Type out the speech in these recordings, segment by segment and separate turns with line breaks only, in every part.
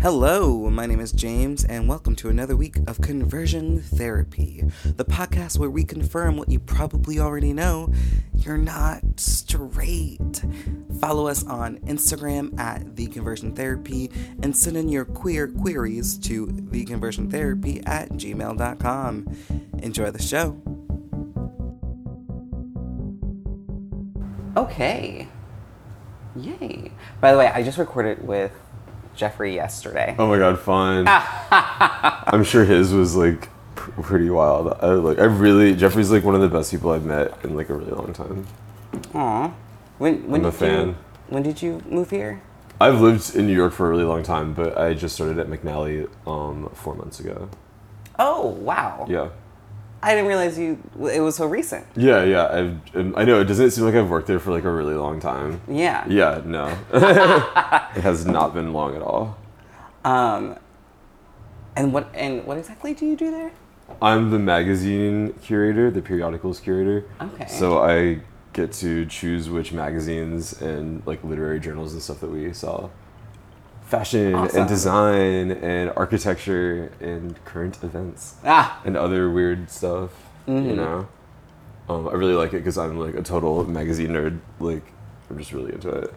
Hello, my name is James, and welcome to another week of Conversion Therapy, the podcast where we confirm what you probably already know you're not straight. Follow us on Instagram at The Conversion Therapy and send in your queer queries to TheConversionTherapy at gmail.com. Enjoy the show. Okay. Yay. By the way, I just recorded with Jeffrey yesterday.
Oh my god, fun. I'm sure his was like pr- pretty wild. I like I really Jeffrey's like one of the best people I've met in like a really long time.
Aw. When, when
I'm a
did You,
fan.
when did you move here?
I've lived in New York for a really long time, but I just started at McNally um 4 months ago.
Oh, wow.
Yeah.
I didn't realize you. it was so recent.
Yeah, yeah. I've um, I know it doesn't seem like I've worked there for like a really long time.
Yeah.
Yeah, no. it has not been long at all.
Um, and what and what exactly do you do there?
I'm the magazine curator, the periodicals curator.
Okay.
So I get to choose which magazines and like literary journals and stuff that we sell. Fashion
Awesome.
and design and architecture and current events
Ah,
and other weird stuff. You
Mm-hmm.
know, um, I really like it because I'm like a total magazine nerd. Like, I'm just really into it.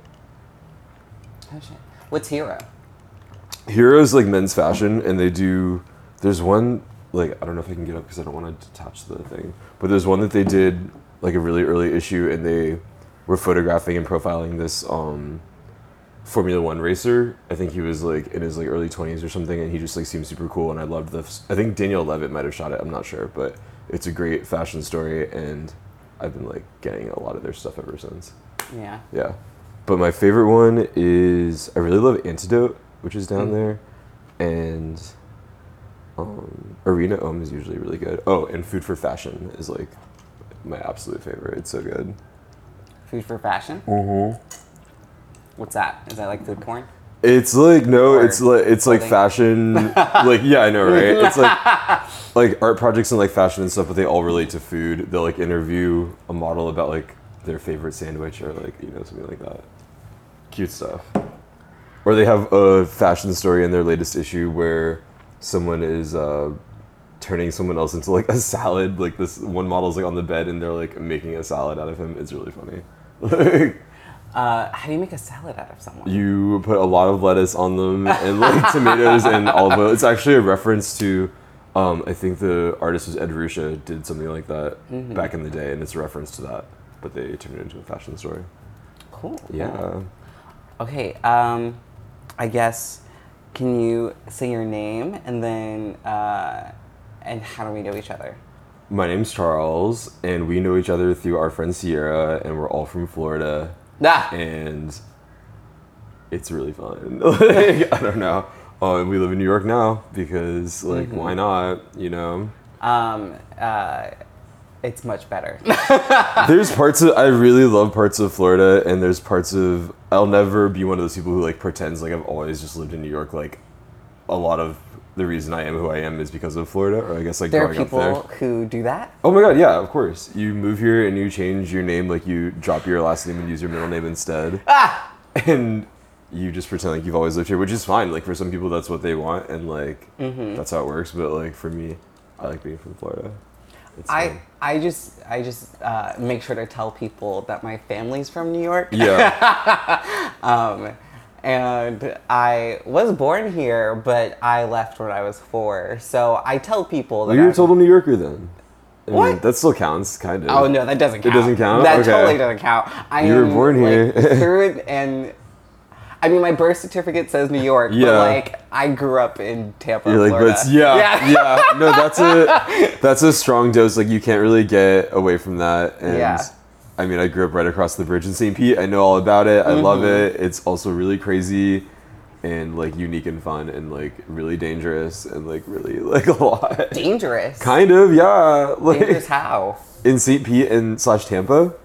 oh shit. What's Hero?
Heroes like men's fashion, and they do. There's one like I don't know if I can get up because I don't want to detach the thing, but there's one that they did like a really early issue, and they were photographing and profiling this um, Formula One racer. I think he was like in his like early 20s or something, and he just like seemed super cool. And I loved the. I think Daniel Levitt might have shot it. I'm not sure, but it's a great fashion story, and I've been like getting a lot of their stuff ever since.
Yeah.
Yeah. But my favorite one is I really love Antidote, which is down there, and um, Arena Ohm is usually really good. Oh, and Food for Fashion is like my absolute favorite. It's so good.
Food for fashion. What's that? Is that like food porn?
It's like no,
Or
it's like it's like
clothing.
fashion. like yeah, I know, right? It's like like art projects and like fashion and stuff, but they all relate to food. They'll like interview a model about like their favorite sandwich or like you know something like that. Cute stuff. Or they have a fashion story in their latest issue where someone is uh, turning someone else into like a salad. Like this one model's like on the bed and they're like making a salad out of him. It's really funny.
Uh, how do you make a salad out of someone?
you put a lot of lettuce on them and like tomatoes and olive oil. It's actually a reference to, um, I think the artist was Ed Ruscha did something like that back in the day, and it's a reference to that. But they turned it into a fashion story. Uh,
Cool.
Yeah.
Okay. Um, I guess can you say your name and then uh, and how do we know each other?
My name's Charles, and we know each other through our friend Sierra, and we're all from Florida,
Ah.
and it's really fun. Like, I don't know. Um, we live in New York now because, like, why not? You know.
Um, uh, it's much better.
there's parts of I really love parts of Florida, and there's parts of I'll never be one of those people who like pretends like I've always just lived in New York. Like a lot of the reason I am who I am is because of Florida, or I guess like
there are
growing
people
up there.
who do that.
Oh my god, yeah, of course. You move here and you change your name, like you drop your last name and use your middle name instead,
Ah.
and you just pretend like you've always lived here, which is fine. Like for some people, that's what they want, and like
Mm-hmm.
that's how it works. But like for me, I like being from Florida. It's
I
fun.
I just I just uh, make sure to tell people that my family's from New York.
yeah.
Um, and I was born here, but I left when I was four. So I tell people that.
Well, Oh, you're
I'm-
a total New Yorker then. I mean,
What?
that still counts, kind of.
Oh no, that doesn't
It
count.
doesn't count?
That
Okay.
totally doesn't count. I
You were
am,
born
like,
here.
through it and. I mean, my birth certificate says New York, but
Yeah.
like I grew up in Tampa,
You're like,
Florida.
but yeah, yeah, No, that's a that's a strong dose. Like you can't really get away from that. And
Yeah.
I mean, I grew up right across the bridge in St. Pete. I know all about it. I love it.
Mm-hmm.
It's also really crazy, and like unique and fun, and like really dangerous, and like really like a lot.
dangerous.
Kind of, yeah. Like
dangerous how?
in St. Pete and slash Tampa,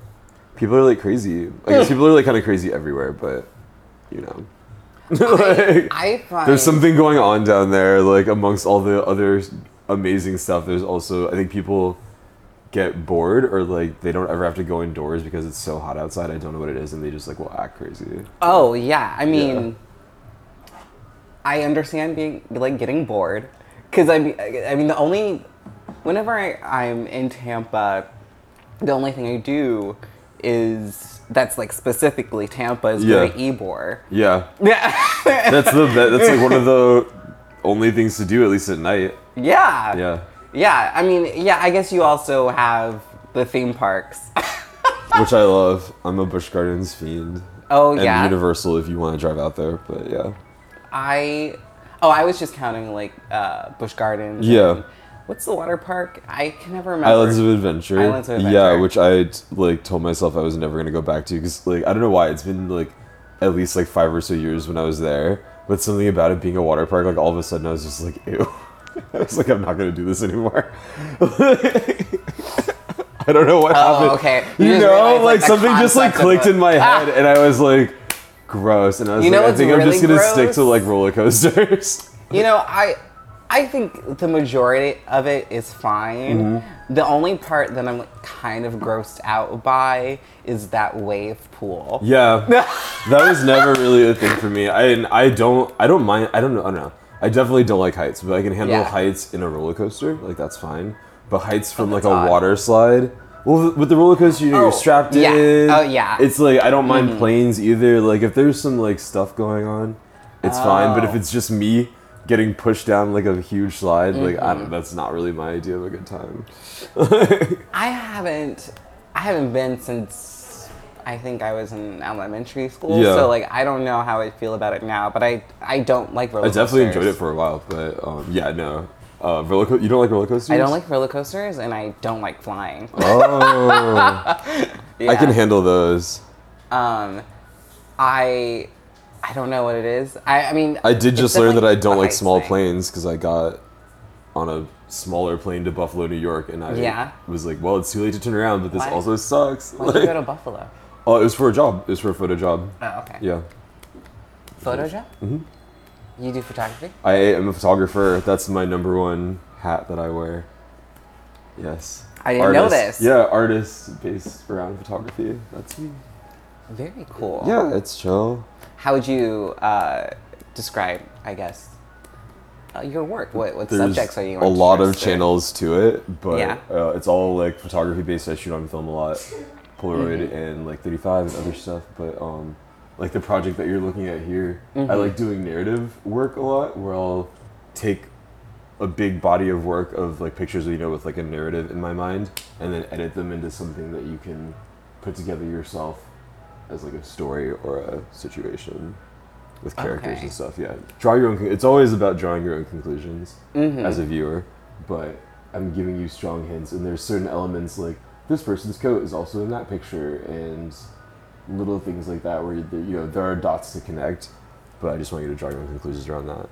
people are like crazy. I guess people are like kind of crazy everywhere, but you know. Like,
I find
there's something going on down there like amongst all the other amazing stuff there's also i think people get bored or like they don't ever have to go indoors because it's so hot outside. I don't know what it is, and they just like will act crazy.
Oh yeah, I mean, I understand being like getting bored, because I mean, I mean the only whenever I, I'm in Tampa, the only thing I do is that's like specifically Tampa is
Yeah.
very Ebor.
Yeah,
Yeah,
that's the that, that's like one of the only things to do at least at night.
yeah,
Yeah,
yeah. I mean, yeah. I guess you also have the theme parks.
which I love. I'm a Busch Gardens fiend.
Oh,
and
yeah.
Universal if you want to drive out there, but yeah,
I oh I was just counting like uh, Bush Gardens.
Yeah.
and- What's the water park? I can never remember.
Islands of Adventure.
Islands of
Yeah,
Adventure.
which I like told myself I was never gonna go back to because like I don't know why it's been like at least like five or so years when I was there, but something about it being a water park, like all of a sudden I was just like ew. I was like I'm not gonna do this anymore. I don't know what happened.
Oh, okay. You
You,
just
know,
realized, like,
like,
the
something just like
concept of
clicked
a- Ah,
in my head, and I was like, gross. And I was
You know
like, I
what's
think I'm just
really
gonna stick to
gross?
like roller coasters.
You know, I I think the majority of it is fine.
Mm-hmm.
The only part that I'm like, kind of grossed out by is that wave pool.
Yeah, that was never really a thing for me. I and I don't I don't mind. I don't know. I don't know. I definitely don't like heights, but I can handle
Yeah.
heights in a roller coaster. Like that's fine. But heights from like a
Oh, that's odd.
water slide. Well, with the roller coaster, you're
Oh,
strapped
yeah.
in.
Oh, yeah. Mm-hmm.
It's like I don't mind planes either. Like if there's some like stuff going on, it's fine. But if
Oh.
it's just me getting pushed down like a huge slide, like I
Mm-hmm.
don't. That's not really my idea of a good time.
I haven't I haven't been since I think I was in elementary school.
Yeah.
So like I don't know how I feel about it now, but I I don't like roller
I
coasters.
definitely enjoyed it for a while, but um, yeah, no. Uh, roller co- you don't like roller coasters?
I don't like roller coasters and I don't like flying.
Oh, I can
Yeah.
handle those.
Um, I I don't know what it is. I, I mean,
I did
it's
just learn that
definitely
I don't
a
like
heights
small
thing.
planes because I got on a smaller plane to Buffalo, New York, and I
Yeah.
was like, "Well, it's too late to turn around, but this
Why?
also sucks."
Why don't you
Like-
go to Buffalo?
oh, it was for a job. It was for a photo job.
Oh, okay.
Yeah, Mm-hmm.
Photo job? You do photography?
I am a photographer. That's my number one hat that I wear. Yes.
I didn't know
Artist.
this.
Yeah, artist based around photography. That's me.
Very cool.
Yeah, it's chill.
How would you uh, describe, I guess, uh, your work? What, what
there's
subjects are you
a lot of
interested in?
channels to it but
Yeah.
uh, it's all like photography based i shoot on film a lot polaroid
Mm-hmm.
and like 35 and other stuff but um like the project that you're looking at here
Mm-hmm.
i like doing narrative work a lot where i'll take a big body of work of like pictures you know with like a narrative in my mind and then edit them into something that you can put together yourself as like a story or a situation with characters
Okay.
and stuff yeah draw your own con- it's always about drawing your own conclusions
Mm-hmm.
as a viewer but i'm giving you strong hints and there's certain elements like this person's coat is also in that picture and little things like that where the- you know there are dots to connect but i just want you to draw your own conclusions around that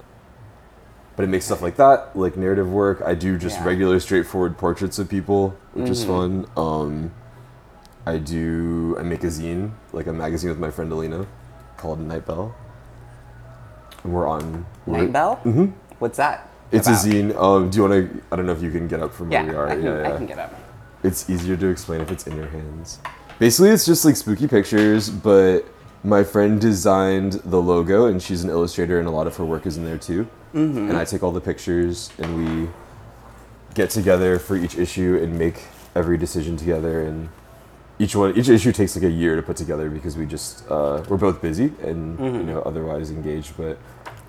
but it makes stuff like that like narrative work i do just
Yeah.
regular straightforward portraits of people which is fun um, i do i make a zine like a magazine with my friend alina called night bell and we're on we're-
Night Bell? Mm-hmm. What's that?
it's
about?
a zine um, do you want to i don't know if you can get up from
Yeah,
where we are
I, can,
yeah, yeah
I can get up.
it's easier to explain if it's in your hands. Basically, it's just like spooky pictures, but my friend designed the logo, and she's an illustrator, and a lot of her work is in there too. Mm-hmm. And I take all the pictures, and we get together for each issue and make every decision together. And each one, each issue takes like a year to put together because we just uh, we're both busy and you know otherwise engaged, but.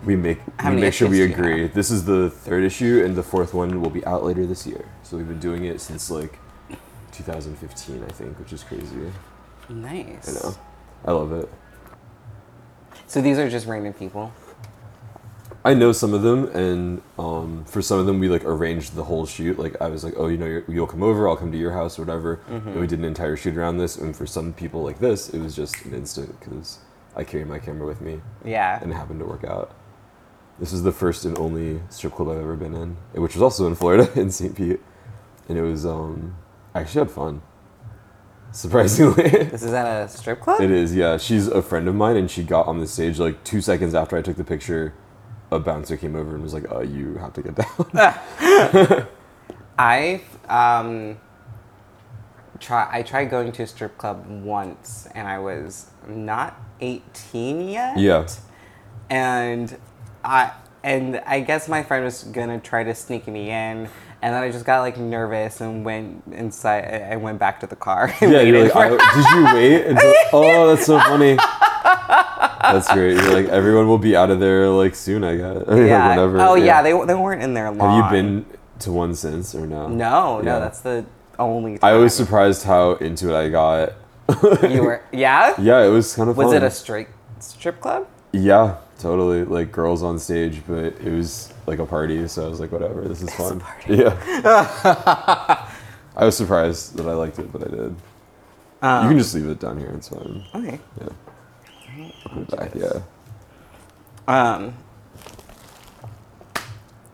We make
Mm-hmm. How
we
many
make sure we
issues do you
agree. This is the third issue, and the fourth one will be out later this year. So we've been doing it since like 2015, I think, which is crazy. I
Nice.
know. I love it.
So these are just random people.
I know some of them, and um, for some of them, we like arranged the whole shoot. Like I was like, oh, you know, you're, you'll come over, I'll come to your house, or whatever. And we did an entire shoot around this. And for some people like this, it was just an instant because I carry my camera with me,
Yeah.
and it happened to work out. This is the first and only strip club I've ever been in, which was also in Florida in St. Pete, and it was um, I actually had fun. Surprisingly.
This is at a strip club?
It is, yeah. She's a friend of mine, and she got on the stage like two seconds after I took the picture. A bouncer came over and was like, "Uh, you have to get down."
I um, try I tried going to a strip club once and I was not 18 yet.
Yeah.
And I and I guess my friend was gonna try to sneak me in and then I just got like nervous and went inside I went back to the car. and
Yeah, you're
waited
like,
for-
I, did you wait? Until, oh, that's so funny. That's great. You're like, everyone will be out of there like soon. I guess. Or
yeah.
whenever.
Oh yeah, they, they weren't in there long.
Have you been to one since or no?
No,
Yeah.
no, that's the only time
I was surprised how into it I got.
you were yeah?
Yeah, it was kind of.
Was
fun.
it a straight strip club?
Yeah, totally. Like girls on stage, but it was like a party, so I was like, whatever, this is fun.
party.
Yeah. I was surprised that I liked it, but I did. you
Um,
can just leave it down here. It's fine.
Okay.
Yeah. Put it back. Yeah.
Um,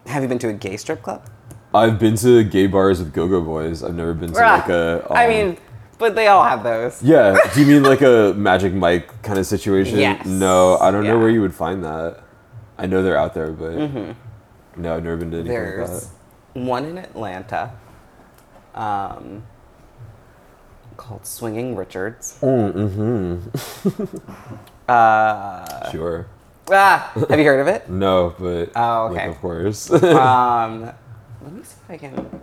have you been to a gay strip club?
I've been to gay bars with Go-Go Boys. I've never been to like a.
I
um,
mean, but they all have those.
Yeah. Do you mean like a Magic Mike kind of situation?
Yes.
No, I don't know
Yeah.
where you would find that. I know they're out there, but no, I've never been to anything like
Mm-hmm. There's
that.
one in Atlanta, um, called Swinging Richards.
Oh.
Mm-hmm. Uh,
Sure.
Ah, have you heard of it?
No, but
Oh,
like,
okay.
of course.
Um, let me see if I can.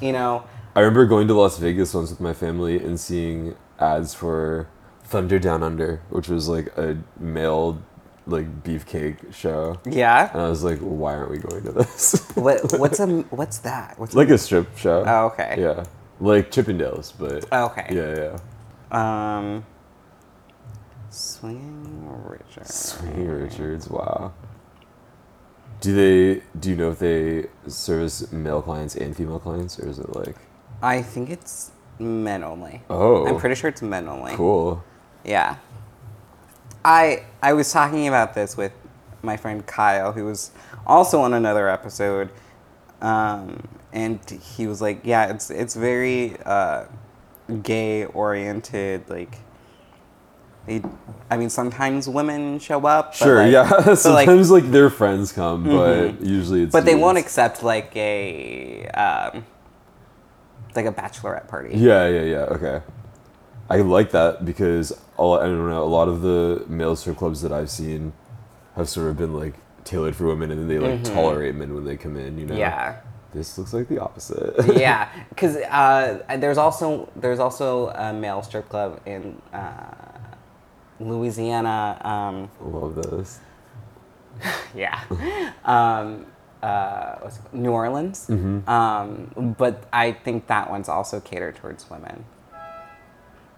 You know,
I remember going to Las Vegas once with my family and seeing ads for Thunder Down Under, which was like a male like beefcake show. And
yeah.
I was like, why aren't we going to this?
What, what's a what's that? What's
like a strip show.
Oh, okay.
Yeah. Like Chippendales, but
Okay.
Yeah, yeah.
um, Swinging Richards.
Sweeney Richards, wow. Do they do you know if they service male clients and female clients or is it like
I think it's men only.
Oh.
I'm pretty sure it's men only.
cool?
Yeah. I I was talking about this with my friend Kyle, who was also on another episode, um, and he was like, "Yeah, it's it's very uh, gay oriented. Like, they, I mean, sometimes women show up. but,
Sure,
like-
yeah.
but, like,
Sometimes like, their friends come, but usually it's
but they won't
dudes.
accept like a um, like a bachelorette party.
Yeah, yeah, yeah. Okay, I like that because all, I don't know. A lot of the male strip clubs that I've seen have sort of been like tailored for women, and then they like tolerate men when they come in. You know.
Mm-hmm. Yeah.
This looks like the opposite.
yeah, because uh, there's also there's also a male strip club in uh, Louisiana. Um,
Love this.
yeah, um, uh, what's it called? New Orleans.
Mm-hmm.
Um, but I think that one's also catered towards women,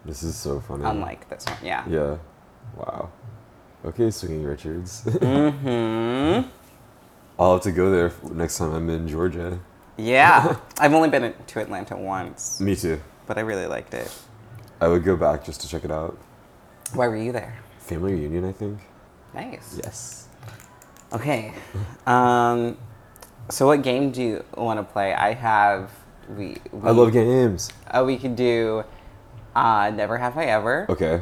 This is so funny.
unlike this one. Yeah.
Yeah. Wow. Okay, swinging Richards.
Hmm.
I'll have to go there f- next time I'm in Georgia.
Yeah. I've only been to Atlanta once,
Me too.
but I really liked it.
I would go back just to check it out.
Why were you there?
Family reunion, I think.
Nice.
Yes.
Okay. Um, so what game do you want to play? I have we. we
I love games.
Uh, we could do uh, Never Have I Ever.
Okay.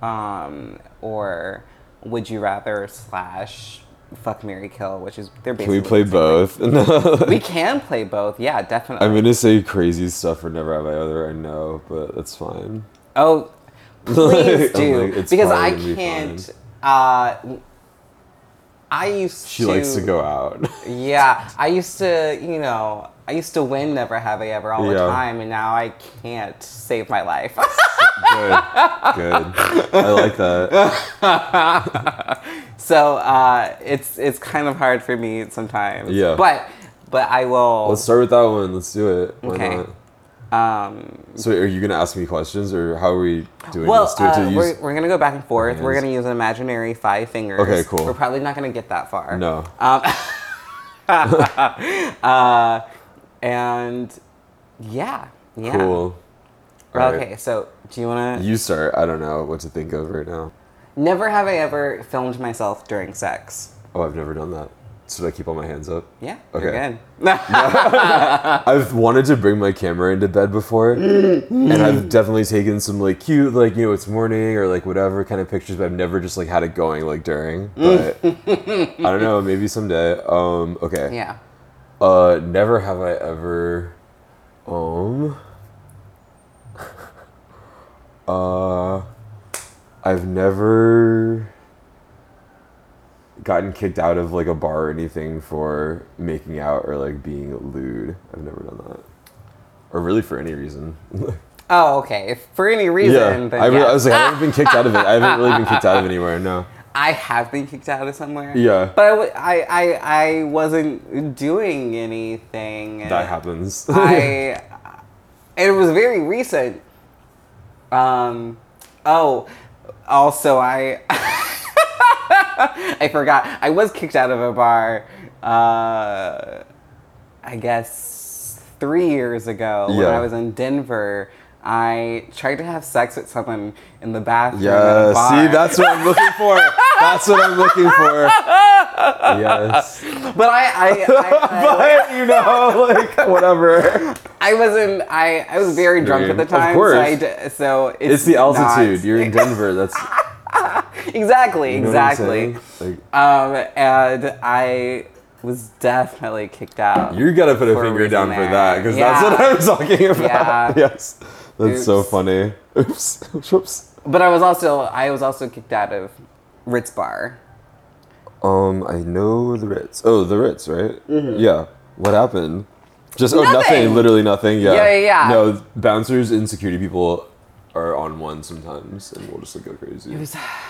Um, or Would You Rather slash Fuck Mary Kill, which is they're
Can
basically.
we play
the same
both?
thing. We can play both. Yeah, definitely.
I'm gonna say crazy stuff for Never Have I Ever. I know, but that's fine.
oh, please
I'm
do
like, it's
because
probably
I
gonna be
can't.
fine.
Uh, I used
She likes to go out.
Yeah, I used to, you know, I used to win Never Have I Ever all the
Yeah.
time, and now I can't save my life.
Good. Good. I like that.
So uh, it's it's kind of hard for me sometimes.
Yeah.
But but I will.
Let's start with that one. Let's do it. Why
Okay.
not?
um,
So, are you gonna ask me questions, or how are we doing
well,
this? Do it to
uh,
use-
we're, we're gonna go back and forth. We're
hands.
gonna use an imaginary five fingers.
Okay, cool.
We're probably not gonna get that far.
No.
And yeah, yeah.
Cool. All right.
okay, so do you wanna?
You start. I don't know what to think of right now.
Never have I ever filmed myself during sex.
Oh, I've never done that. Should I keep all my hands up?
Yeah.
Okay.
You're good.
I've wanted to bring my camera into bed before, and I've definitely taken some like cute, like you know, it's morning or like whatever kind of pictures, but I've never just like had it going like during. But I don't know, maybe someday. Um, okay.
yeah.
Uh, never have I ever, um, Uh, I've never gotten kicked out of like a bar or anything for making out or like being lewd. I've never done that, or really for any reason.
Oh, okay. If for any reason,
yeah,
then
I, re-
yes.
I was like, I haven't been kicked out of it. I haven't really been kicked out of anywhere. No.
I have been kicked out of somewhere.
Yeah.
But I, w- I, I, I wasn't doing anything.
That happens.
I, it was very recent. Um, oh, also I, I forgot. I was kicked out of a bar. Uh, I guess three years ago when
Yeah.
I was in Denver. I tried to have sex with someone in the bathroom. at a
yeah.
bar.
See, that's what I'm looking for. That's what I'm looking for. Yes.
But I, I, I, I,
But you know, like whatever.
I wasn't. I, I was very drunk at the
Of
time.
course.
So, I d- so it's,
It's the altitude.
not-
You're in Denver. That's
exactly,
you know what I'm
exactly.
saying? Like
Um, and I was definitely kicked out.
you gotta put a
For a
finger
reason
down for
there.
that because
Yeah.
that's what I'm talking about.
Yeah.
Yes. That's so
Oops.
funny. Oops. Oops.
but I was also I was also kicked out of Ritz Bar.
Um, I know the Ritz. Oh, the Ritz, right? Yeah. What happened? Just oh, nothing.
Mm-hmm. Nothing.
Literally nothing. Yeah.
Yeah, yeah, yeah.
No, bouncers and security people are on one sometimes, and we'll just like go crazy.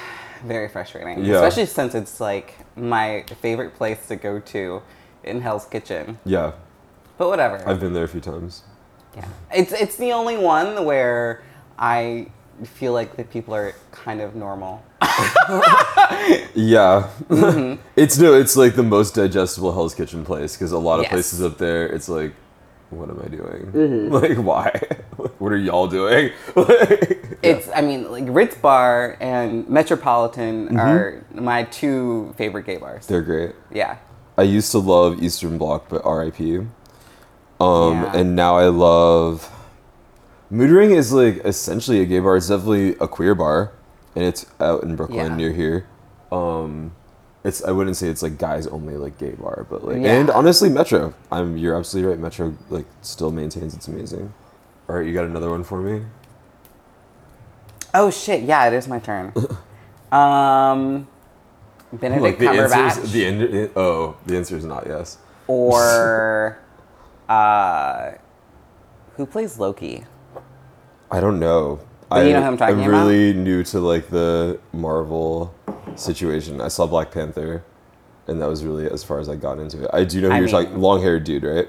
Very frustrating,
Yeah.
especially since it's like my favorite place to go to in Hell's Kitchen.
yeah,
But whatever.
I've been there a few times.
Yeah. It's it's the only one where I feel like the people are kind of normal.
Yeah,
Mm-hmm.
it's no, it's like the most digestible Hell's Kitchen place because a lot of
Yes.
places up there, it's like, what am I doing?
Mm-hmm.
Like, why? what are y'all doing? Like,
It's I mean like Ritz Bar and Metropolitan
Mm-hmm.
are my two favorite gay bars.
they're great.
yeah.
I used to love Eastern Bloc, but RIP. Um,
Yeah.
and now I love. Mood Ring is like essentially a gay bar. It's definitely a queer bar, and it's out in Brooklyn
Yeah.
near here. Um, it's I wouldn't say it's like guys only like gay bar, but like
Yeah.
and honestly Metro. I'm you're absolutely right. Metro like still maintains it's amazing. All right, you got another one for me.
Oh shit, yeah, it is my turn. um Benedict
Like the
Cumberbatch
answer is the end. Oh, the answer is not yes.
or uh who plays Loki?
I don't know.
But
I,
you know who I'm talking
I'm
about?
really new to like the Marvel situation. I saw Black Panther, and that was really as far as I got into it. I do know who
I
you're
mean-
talking. Long haired dude, right?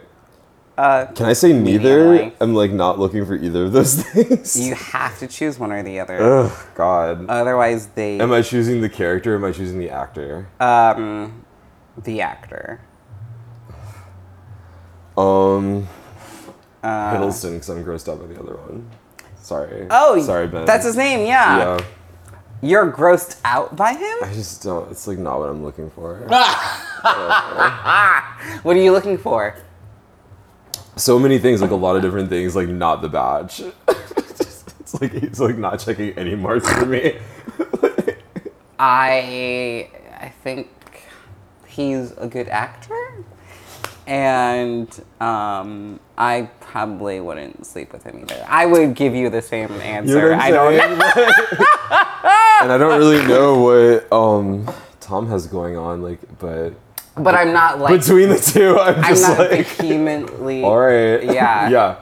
Uh
Can I say neither?
Ally.
I'm like not looking for either of those things.
you Uh, have to choose one or the other.
Ugh, God.
Otherwise they
Uh, am I choosing the character? Or am I choosing the actor?
um the actor.
um,
Uh,
Hiddleston, because I'm grossed out by the other one. Sorry.
Oh,
sorry, Ben.
That's his name. Yeah.
Yeah.
You're grossed out by him.
I just don't. It's like not what I'm looking for.
What are you looking for?
so many things, like a lot of different things, like not the badge. it's like he's like not checking any marks for me.
I I think he's a good actor, and um, I probably wouldn't sleep with him either. I would give you the same
You know
answer.
what I'm
I don't.
saying? and I don't really know what um Tom has going on, like, but
But I'm not like
between the two, I'm
I'm
just
not
like,
vehemently.
all right,
Yeah.
yeah.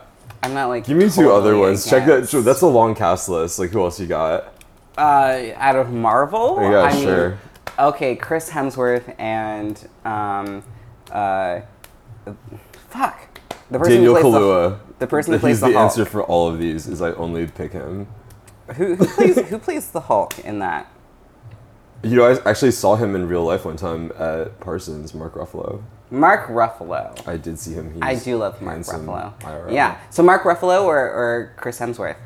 I'm not like.
Give me two other
totally
ones. Check that.
against-
Sure, that's a long cast list. Like, who else you got?
uh, out of Marvel.
Yeah,
I mean,
sure.
okay, Chris Hemsworth and um, uh, fuck, the person
Daniel
who plays
Kalua.
The, the person who
He's
plays
the,
the, Hulk.
answer for all of these. Is I only pick him.
Who, who plays who plays the Hulk in that?
You know, I actually saw him in real life one time at Parsons, Mark Ruffalo.
Mark Ruffalo.
I did see him. He's
I do love Mark
handsome,
Ruffalo.
IRL.
Yeah. So Mark Ruffalo or, or Chris Hemsworth?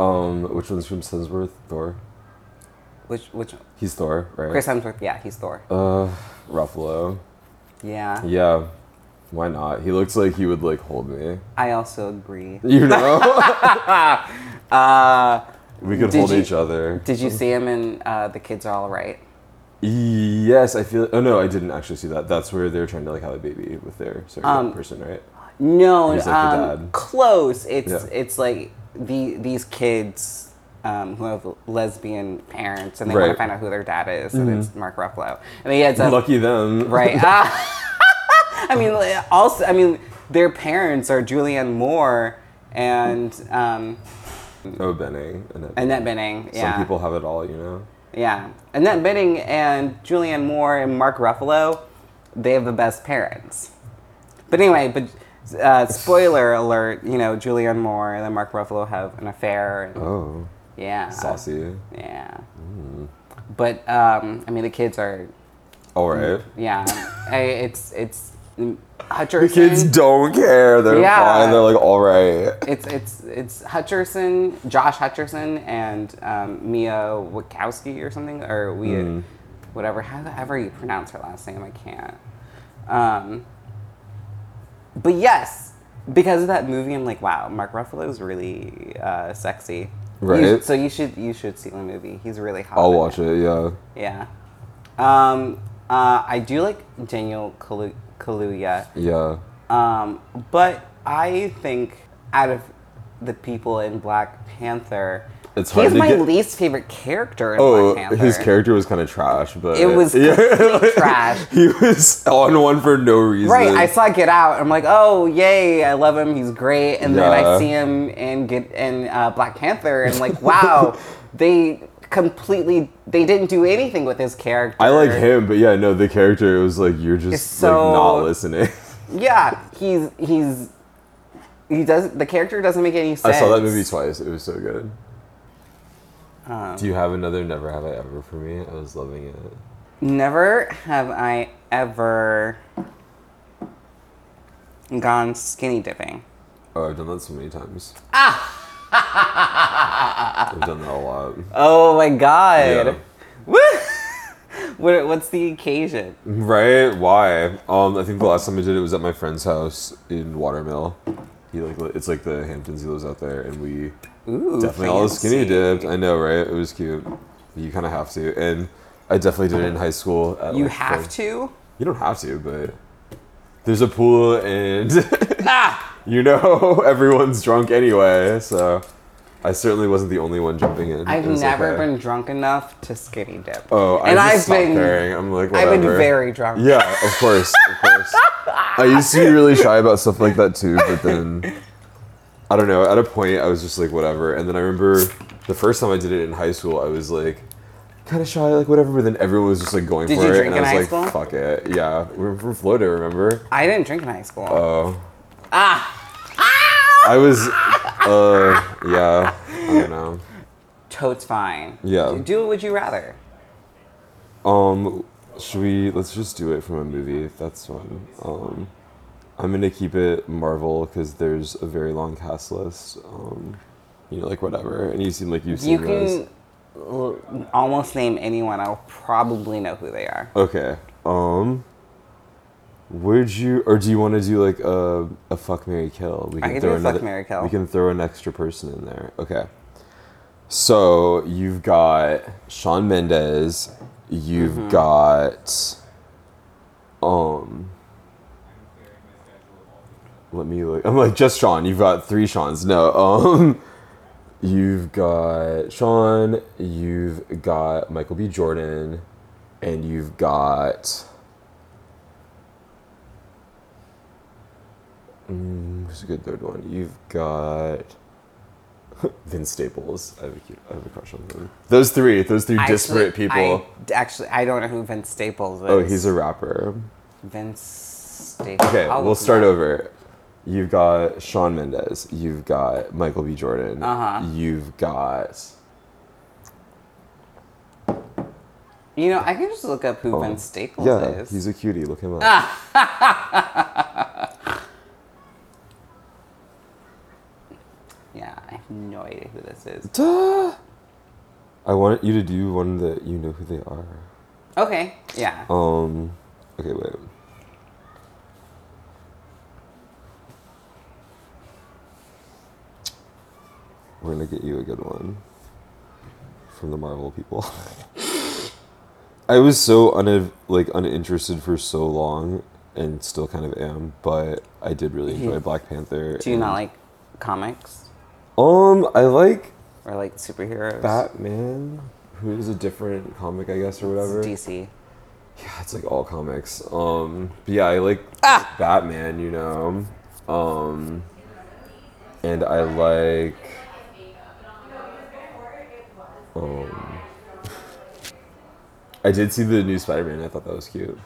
Um, which one's from Hemsworth? Thor.
Which which
He's Thor, right?
Chris Hemsworth? Yeah, he's Thor.
Uh, Ruffalo.
Yeah.
Yeah. Why not? He looks like he would like hold me.
I also agree.
You know,
Uh,
we could
Did
hold
you-
each other.
did you see him in uh, The Kids Are All Right?
Yes, I feel. Oh no, I didn't actually see that. That's where they're trying to like have a baby with their surrogate
Um,
person, right?
No,
He's like the
um,
dad.
close. It's
Yeah.
it's like the these kids um, who have lesbian parents and they want
Right. Mm-hmm.
to find out who their dad is, and it's Mark Ruffalo, and he ends up
Lucky them.
uh, right. Ah. I mean, li- also, I mean, their parents are Julianne Moore and um,
Oh, Benning. Annette.
Annette Bening.
Some
yeah.
people have it all, you know.
Yeah. Annette Bening and Julianne Moore and Mark Ruffalo, they have the best parents. But anyway, but uh, spoiler alert, you know, Julianne Moore and Mark Ruffalo have an affair. And,
Oh,
yeah.
saucy. Mm.
Yeah. But, um, I mean, the kids are,
All right.
yeah. I, it's, it's,
The
Hutcherson.
kids don't care. They're
Yeah.
fine. They're like, all right.
it's it's it's Hutcherson, Josh Hutcherson, and um, Mia Wachowski or something, or we,
Hmm.
whatever, however you pronounce her last name, I can't. Um, but yes, because of that movie, I'm like, wow, Mark Ruffalo is really uh, sexy. You-
Right.
so you should you should see the movie. He's really hot.
I'll
in
watch it. Yeah.
Yeah. Um, uh, I do like Daniel Kalu- Kaluuya.
Yeah.
Um, but I think out of the people in Black Panther,
It's hard
he's
to
my
get-
least favorite character in
Oh,
Black Panther.
his character was kind of trash, but
It was complete trash.
he was on one for no reason.
Right, I saw Get Out. I'm like, oh yay, I love him. He's great. And then
Yeah.
I see him in Get in uh, Black Panther, and I'm like, wow, they completely they didn't do anything with his character.
I like him, but yeah, no, the character was like you're
It's
just
so-
like not listening.
Yeah, he's he's he does the character doesn't make any sense.
I saw that movie twice. It was so good.
Um,
Do you have another Never Have I Ever for me? I was loving it.
Never have I ever gone skinny dipping.
Oh, I've done that so many times.
Ah!
I've done that a lot.
Oh my
Yeah.
god. Woo! what, what's the occasion?
Right? Why? Um, I think the last time I did it was at my friend's house in Watermill. He like li- it's like the Hamptons he lives out there, and we
Ooh,
definitely all skinny
fancy.
dipped. I know, right? It was cute. You kind of have to, and I definitely did it in high school. At,
You
like,
have
Frank-
to?
You don't have to, but there's a pool, and
Ah!
you know everyone's drunk anyway. So I certainly wasn't the only one jumping in.
I've
It was
never
okay.
been drunk enough to skinny dip.
Oh, I
and
just
I've
stopped
been
caring. I'm like,
I've been
whatever.
very drunk.
Yeah, of course, of course. I used to be really shy about stuff like that too, but then I don't know. At a point, I was just like whatever. And then I remember the first time I did it in high school, I was like kind of shy, like whatever. But then everyone was just like going
Did
for
you
it,
drink
and
in
I
high
was
school?
like, fuck it. Yeah, we were from Florida, remember?
I didn't drink in high school.
Oh. Ah. I was. Uh. Yeah. I don't know.
Totes fine.
Yeah.
Do it would you rather?
Um, should we? Let's just do it from a movie. That's fun. Um, I'm gonna keep it Marvel because there's a very long cast list. Um, you know, like whatever. And you seem like you've
You
seen
can
those.
l- almost name anyone. I'll probably know who they are.
Okay. Um, would you or do you want to do like a a fuck Mary kill? We
I can do a fuck, marry, kill.
We can throw an extra person in there. Okay. So you've got Sean Mendez. You've
Mm-hmm.
got. Um. Let me look. I'm like just Sean. You've got three Sean's. No. Um. You've got Sean. You've got Michael B. Jordan, and you've got. Mm, who's a good third one? You've got Vince Staples. I have a, cute, I have a crush on him. Those three. Those three disparate
Actually,
people.
I, d- actually, I don't know who Vince Staples is.
Oh, he's a rapper.
Vince Staples.
Okay,
I'll
we'll
look him
start
up.
over. You've got Sean Mendez. You've got Michael B. Jordan.
Uh-huh.
You've got.
You know, I can just look up who Vince Staples
Oh, yeah,
is.
he's a cutie. Look him up.
yeah, I have no idea who this is.
Duh. I want you to do one that you know who they are.
Okay, yeah.
Um. Okay, wait. We're gonna get you a good one from the Marvel people. I was so un- like uninterested for so long, and still kind of am. But I did really enjoy Black Panther.
Mm-hmm. Do you
and-
not like comics?
Um, I like
or like superheroes.
Batman, who is a different comic, I guess, or
It's
whatever.
DC.
Yeah, it's like all comics. Um, but yeah, I like
Ah!
Batman, you know. Um, and I like. Um, I did see the new Spider-Man. I thought that was cute.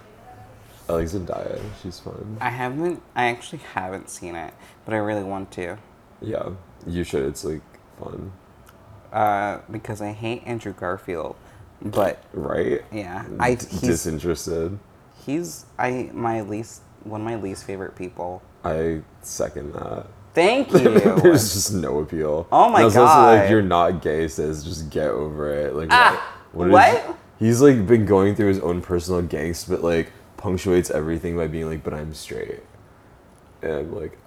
I like Zendaya. She's fun.
I haven't. I actually haven't seen it, but I really want to,
Yeah, you should. It's like fun,
uh, because I hate Andrew Garfield. But
right?
yeah, I
D-
he's
disinterested.
he's I my least one of my least favorite people.
I second that.
Thank you.
There's just no appeal.
Oh my
And it's also
God.
like you're not gay, says just get over it. Like
Ah,
is-
what?
he's like been going through his own personal angst, but like punctuates everything by being like, "But I'm straight," and I'm like,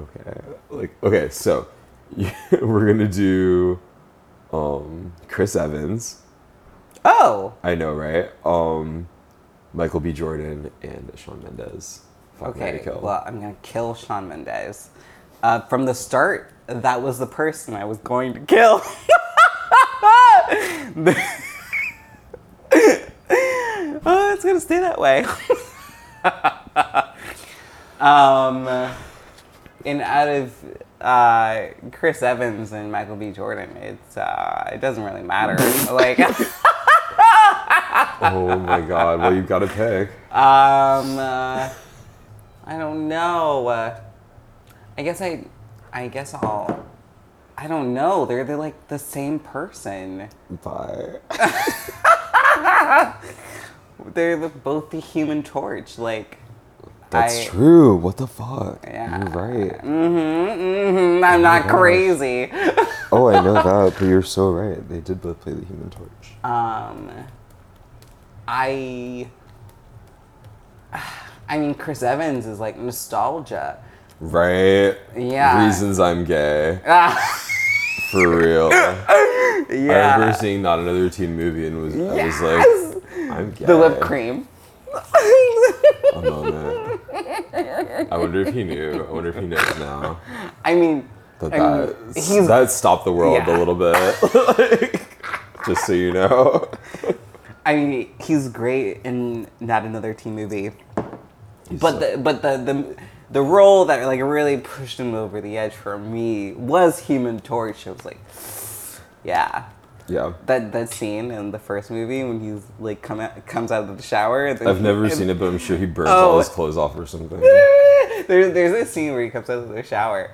okay, like okay, so we're gonna do um Chris Evans.
oh,
I know, right? Um, Michael B. Jordan and Sean Mendes. Fuck, Mary,
okay.
kill.
Well, I'm gonna kill Sean Mendes. Uh, from the start, that was the person I was going to kill. oh, it's gonna stay that way. um, and out of uh, Chris Evans and Michael B. Jordan, it's uh, it doesn't really matter. like,
oh my god! Well, you've got to pick.
um, uh, I don't know. Uh, I guess I, I guess I'll. I don't know. They're they're like the same person.
Bye.
They're the, both the Human Torch. Like,
That's
I-
true. What the fuck?
Yeah.
You're right.
Mm-hmm, I'm not
Oh gosh.
crazy.
Oh, I know that, but you're so right. They did both play the Human Torch.
Um, I. I mean, Chris Evans is like nostalgia.
Right.
Yeah.
Reasons I'm gay.
Ah,
For real. I remember
yeah.
seeing not another teen movie and was I was
Yes!
like, I'm gay.
The lip cream.
A moment. I wonder if he knew. I wonder if he knows now
I mean,
that
I mean,
that,
he's-
that stopped the world
Yeah.
a little bit. like, just so you know,
I mean, he's great in not another teen movie,
He's
but
so-
the but the the the role that like really pushed him over the edge for me was Human Torch. I was like, yeah,
yeah.
that that scene in the first movie when he's like come out, comes out of the shower. and then
I've
he-
never
and-
seen it, but I'm sure he burns
Oh.
all his clothes off or something.
There's there's this scene where he comes out of the shower,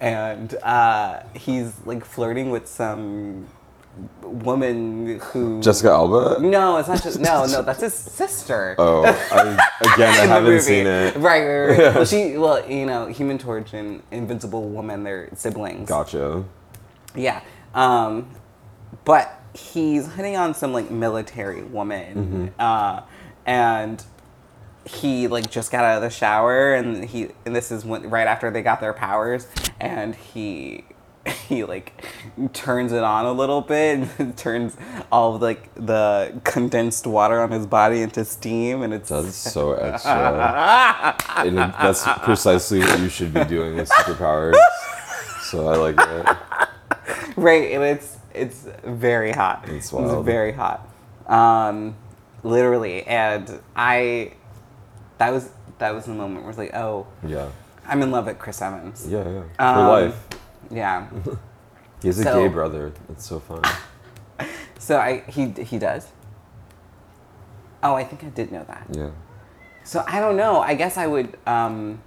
and uh, he's like flirting with some woman who
Jessica Alba.
No, it's not just no, no. That's his sister.
Oh, I, again, I
in the
haven't
movie.
seen it.
Right, right, right. well, she, well, you know, Human Torch and Invincible Woman, they're siblings.
Gotcha.
Yeah. Um, but he's hitting on some like military woman,
Mm-hmm.
uh, and he like just got out of the shower, and he and this is when, right after they got their powers, and he he like turns it on a little bit and turns all of like the condensed water on his body into steam, and it's
That's so extra. and it- that's precisely what you should be doing with superpowers. So I like that.
Right, and it's it's very hot.
It's wild.
very hot. Um, literally, and I, that was that was the moment where it's like, oh,
Yeah.
I'm in love with Chris Evans.
Yeah, yeah. For
Um,
life.
Yeah.
He has a
so-
gay brother. That's so fun.
So I he he does. Oh, I think I did know that.
Yeah.
So I don't know. I guess I would. Um,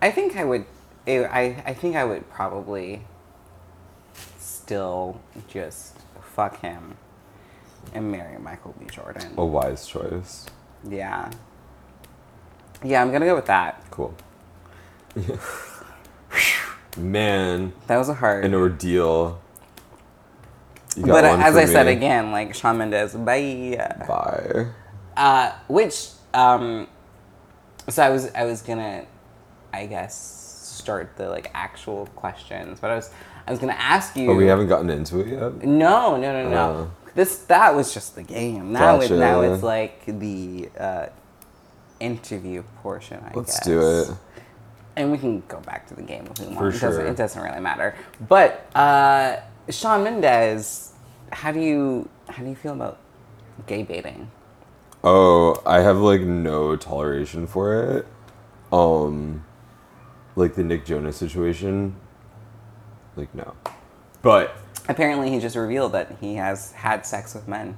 I think I would. I I- I think I would probably still just fuck him and marry Michael B. Jordan.
A wise choice.
Yeah. Yeah, I'm gonna go with that.
Cool. Man,
That was a hard.
an ordeal. You got
but
one
as
for
I said
me.
again, like Shawn Mendes, bye.
Bye.
Uh, which, um, so I was, I was gonna, I guess, start the like actual questions, but I was, I was gonna ask you.
Oh, we haven't gotten into it yet?
No, no, no, no. this that was just the game. Now it,
Gotcha.
now it's like the uh, interview portion. I
Let's
guess.
do it.
and we can go back to the game if we want.
For
It doesn't,
sure.
it doesn't really matter. But uh, Sean Mendez, how do you how do you feel about gay baiting?
Oh, I have like no toleration for it. Um like the Nick Jonas situation. Like no. But
Apparently, he just revealed that he has had sex with men.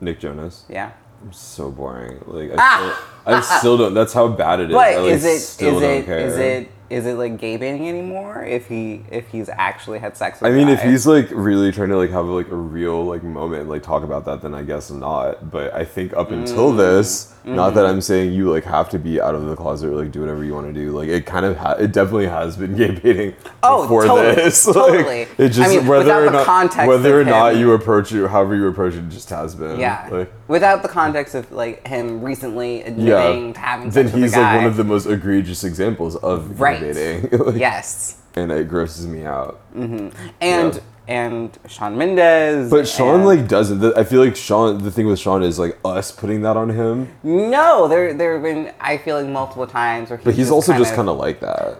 Nick Jonas.
Yeah.
I'm so boring. Like I, still, I still don't that's how bad it is.
But
I, like,
Ah! is it is it
still
is
don't care.
it is it like gay baiting anymore if he if he's actually had sex
I
with
mean,
a
if
guy?
he's like really trying to like have like a real like moment, like talk about that, then I guess not. But I think up
Mm,
until this, not
mm-hmm.
that I'm saying you like have to be out of the closet or like do whatever you want to do. Like it kind of, ha- it definitely has been gay baiting
Oh,
before
totally,
this.
totally.
It just
I mean, without
whether or
the
not
context
whether or
of
not
him-
you approach it, however you approach it, it just has been.
yeah,
Like,
without the context of like him recently admitting
yeah.
to having
then
sex with a
he's like
guy.
one of the most egregious examples
Right.
of gay baiting. Like,
yes,
And it grosses me out.
and
Yeah.
and Sean Mendez.
But Sean
and-
like doesn't. The- I feel like Sean. The thing with Sean is like us putting that on him.
no, there there have been I feel like multiple times where
But he's also just kind of like that.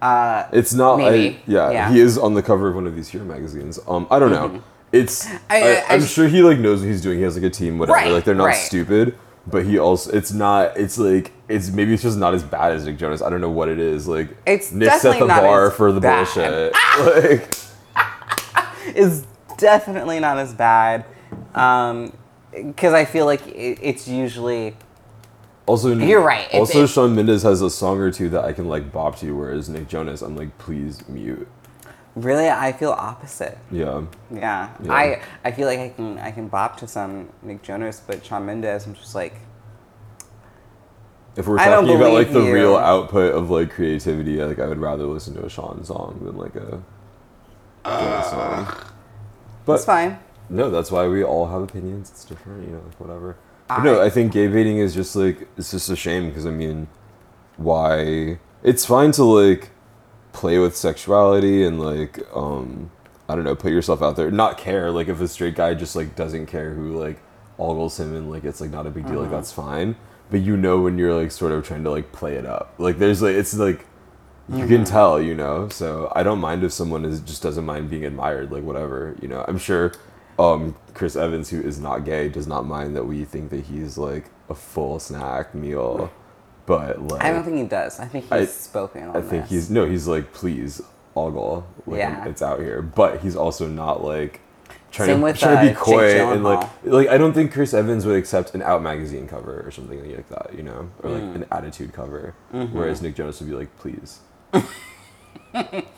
Uh, uh. It's not.
maybe.
Like, yeah,
Yeah. Mm-hmm.
He is on the cover of one of these hero magazines. Um. I don't know. It's.
I-
I,
I-
I, am
I-
sure he like knows what he's doing. He has like a team. Whatever.
Right,
like they're not
right.
stupid. But he also. It's not. It's like. It's maybe it's just not as bad as Nick Jonas. I don't know what it is. Like
It's
Nick set
definitely
the
not
bar
as
for the
bad.
bullshit. like
is definitely not as bad. Um, because I feel like it, it's usually
also
You're right. It's-
also,
it-
Sean Mendes has a song or two that I can like bop to, whereas Nick Jonas, I'm like, please mute.
really I feel opposite.
Yeah.
Yeah.
Yeah.
I I feel like I can I can bop to some Nick Jonas, but Shawn Mendes, I'm just like
If we're
I don't
talking about
believe
like the
you.
real output of like creativity, like I would rather listen to a Sean song than like a Jonas song. But
it's fine.
no, that's why we all have opinions. It's different, you know, like whatever. But no, I think gay baiting is just like it's just a shame because I mean, why? It's fine to like play with sexuality and like um I don't know, put yourself out there. Not care like if a straight guy just like doesn't care who like ogles him and like it's like not a big deal. Like that's fine. But you know when you're like sort of trying to like play it up. Like there's like it's like you can tell, you know. So I don't mind if someone is just doesn't mind being admired, like whatever, you know. I'm sure um Chris Evans, who is not gay, does not mind that we think that he's like a full snack meal. But like
I don't think he does. I think he's
I-
spoken on
I think
this.
he's no, he's like, please, ogle, like
Yeah.
it's out here. But he's also not like trying
Same
to
with,
trying to be
uh, Jake
coy and like
Gyllenhaal.
like I don't think Chris Evans would accept an Out magazine cover or something like that, you know, or
Hmm.
like an Attitude cover.
Mm-hmm.
Whereas Nick Jonas would be like, please,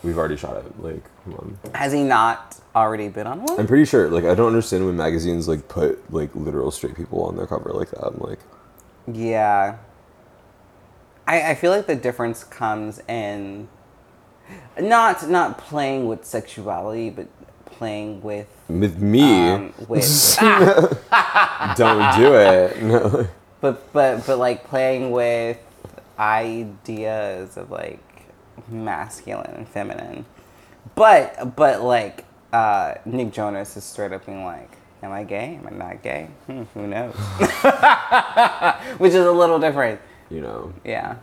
we've already shot it. Like, come on.
Has he not already been on one?
I'm pretty sure. Like, I don't understand when magazines like put like literal straight people on their cover like that. I'm like,
Yeah. I, I feel like the difference comes in not not playing with sexuality, but playing with
with me,
um, with
don't do it. No.
but but but like playing with ideas of like masculine and feminine but but like uh nick jonas is straight up being like am i gay am i not gay hmm, who knows which is a little different
you know.
yeah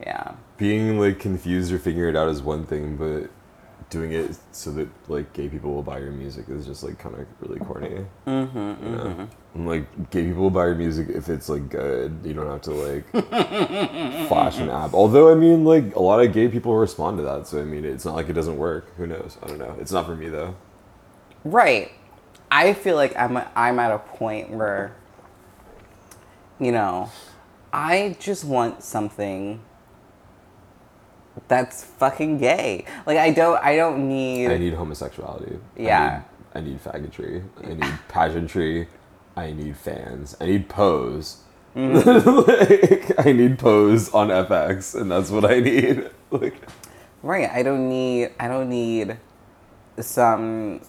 yeah
being like confused or figuring it out is one thing, but doing it so that like gay people will buy your music is just like kind of really corny. Mm-hmm, you know? And, like gay people will buy your music if it's like good. You don't have to like flash an app. Although I mean, like a lot of gay people respond to that, so I mean, it's not like it doesn't work. Who knows? I don't know. It's not for me though.
Right. I feel like I'm I'm at a point where you know, I just want something that's fucking gay. Like I don't I don't need,
I need homosexuality.
Yeah.
I need, I need faggotry. I need pageantry. I need fans. I need pose.
Mm.
like, I need pose on FX, and that's what I need. Like,
right, I don't need I don't need some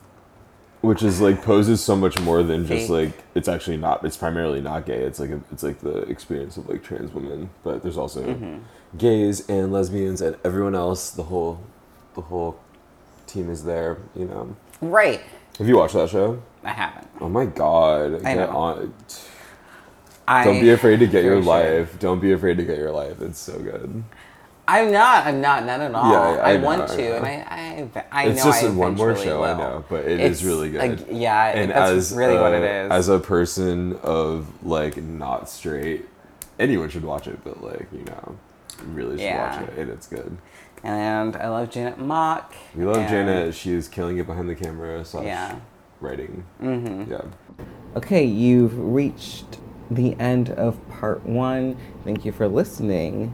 which is like pose is so much more than just
Fake.
like it's actually not. It's primarily not gay. It's like a, it's like the experience of like trans women, but there's also
Mm-hmm.
gays and lesbians and everyone else. The whole, the whole team is there. You know.
right.
Have you watched that show?
I haven't.
Oh my god.
I
Get
know.
on-
I
Don't be afraid to get your
for sure.
life. Don't be afraid to get your life. It's so good.
I'm not. I'm not. Not at all.
Yeah, I
I,
know,
want
I
to,
know.
and I, I, I
It's
know.
just
I
a one more
eventually
show, I
will.
know, but it is
It's
really good.
a- yeah,
and
that's
as
really what it
a-
is.
As a person of like not straight, anyone should watch it, but like you know, you really should
Yeah.
watch it, and it's good.
and I love Janet Mock.
We love
and-
Janet. She is killing it behind the camera slash
Yeah.
writing. Mm-hmm. Yeah.
Okay, you've reached the end of part one. Thank you for listening,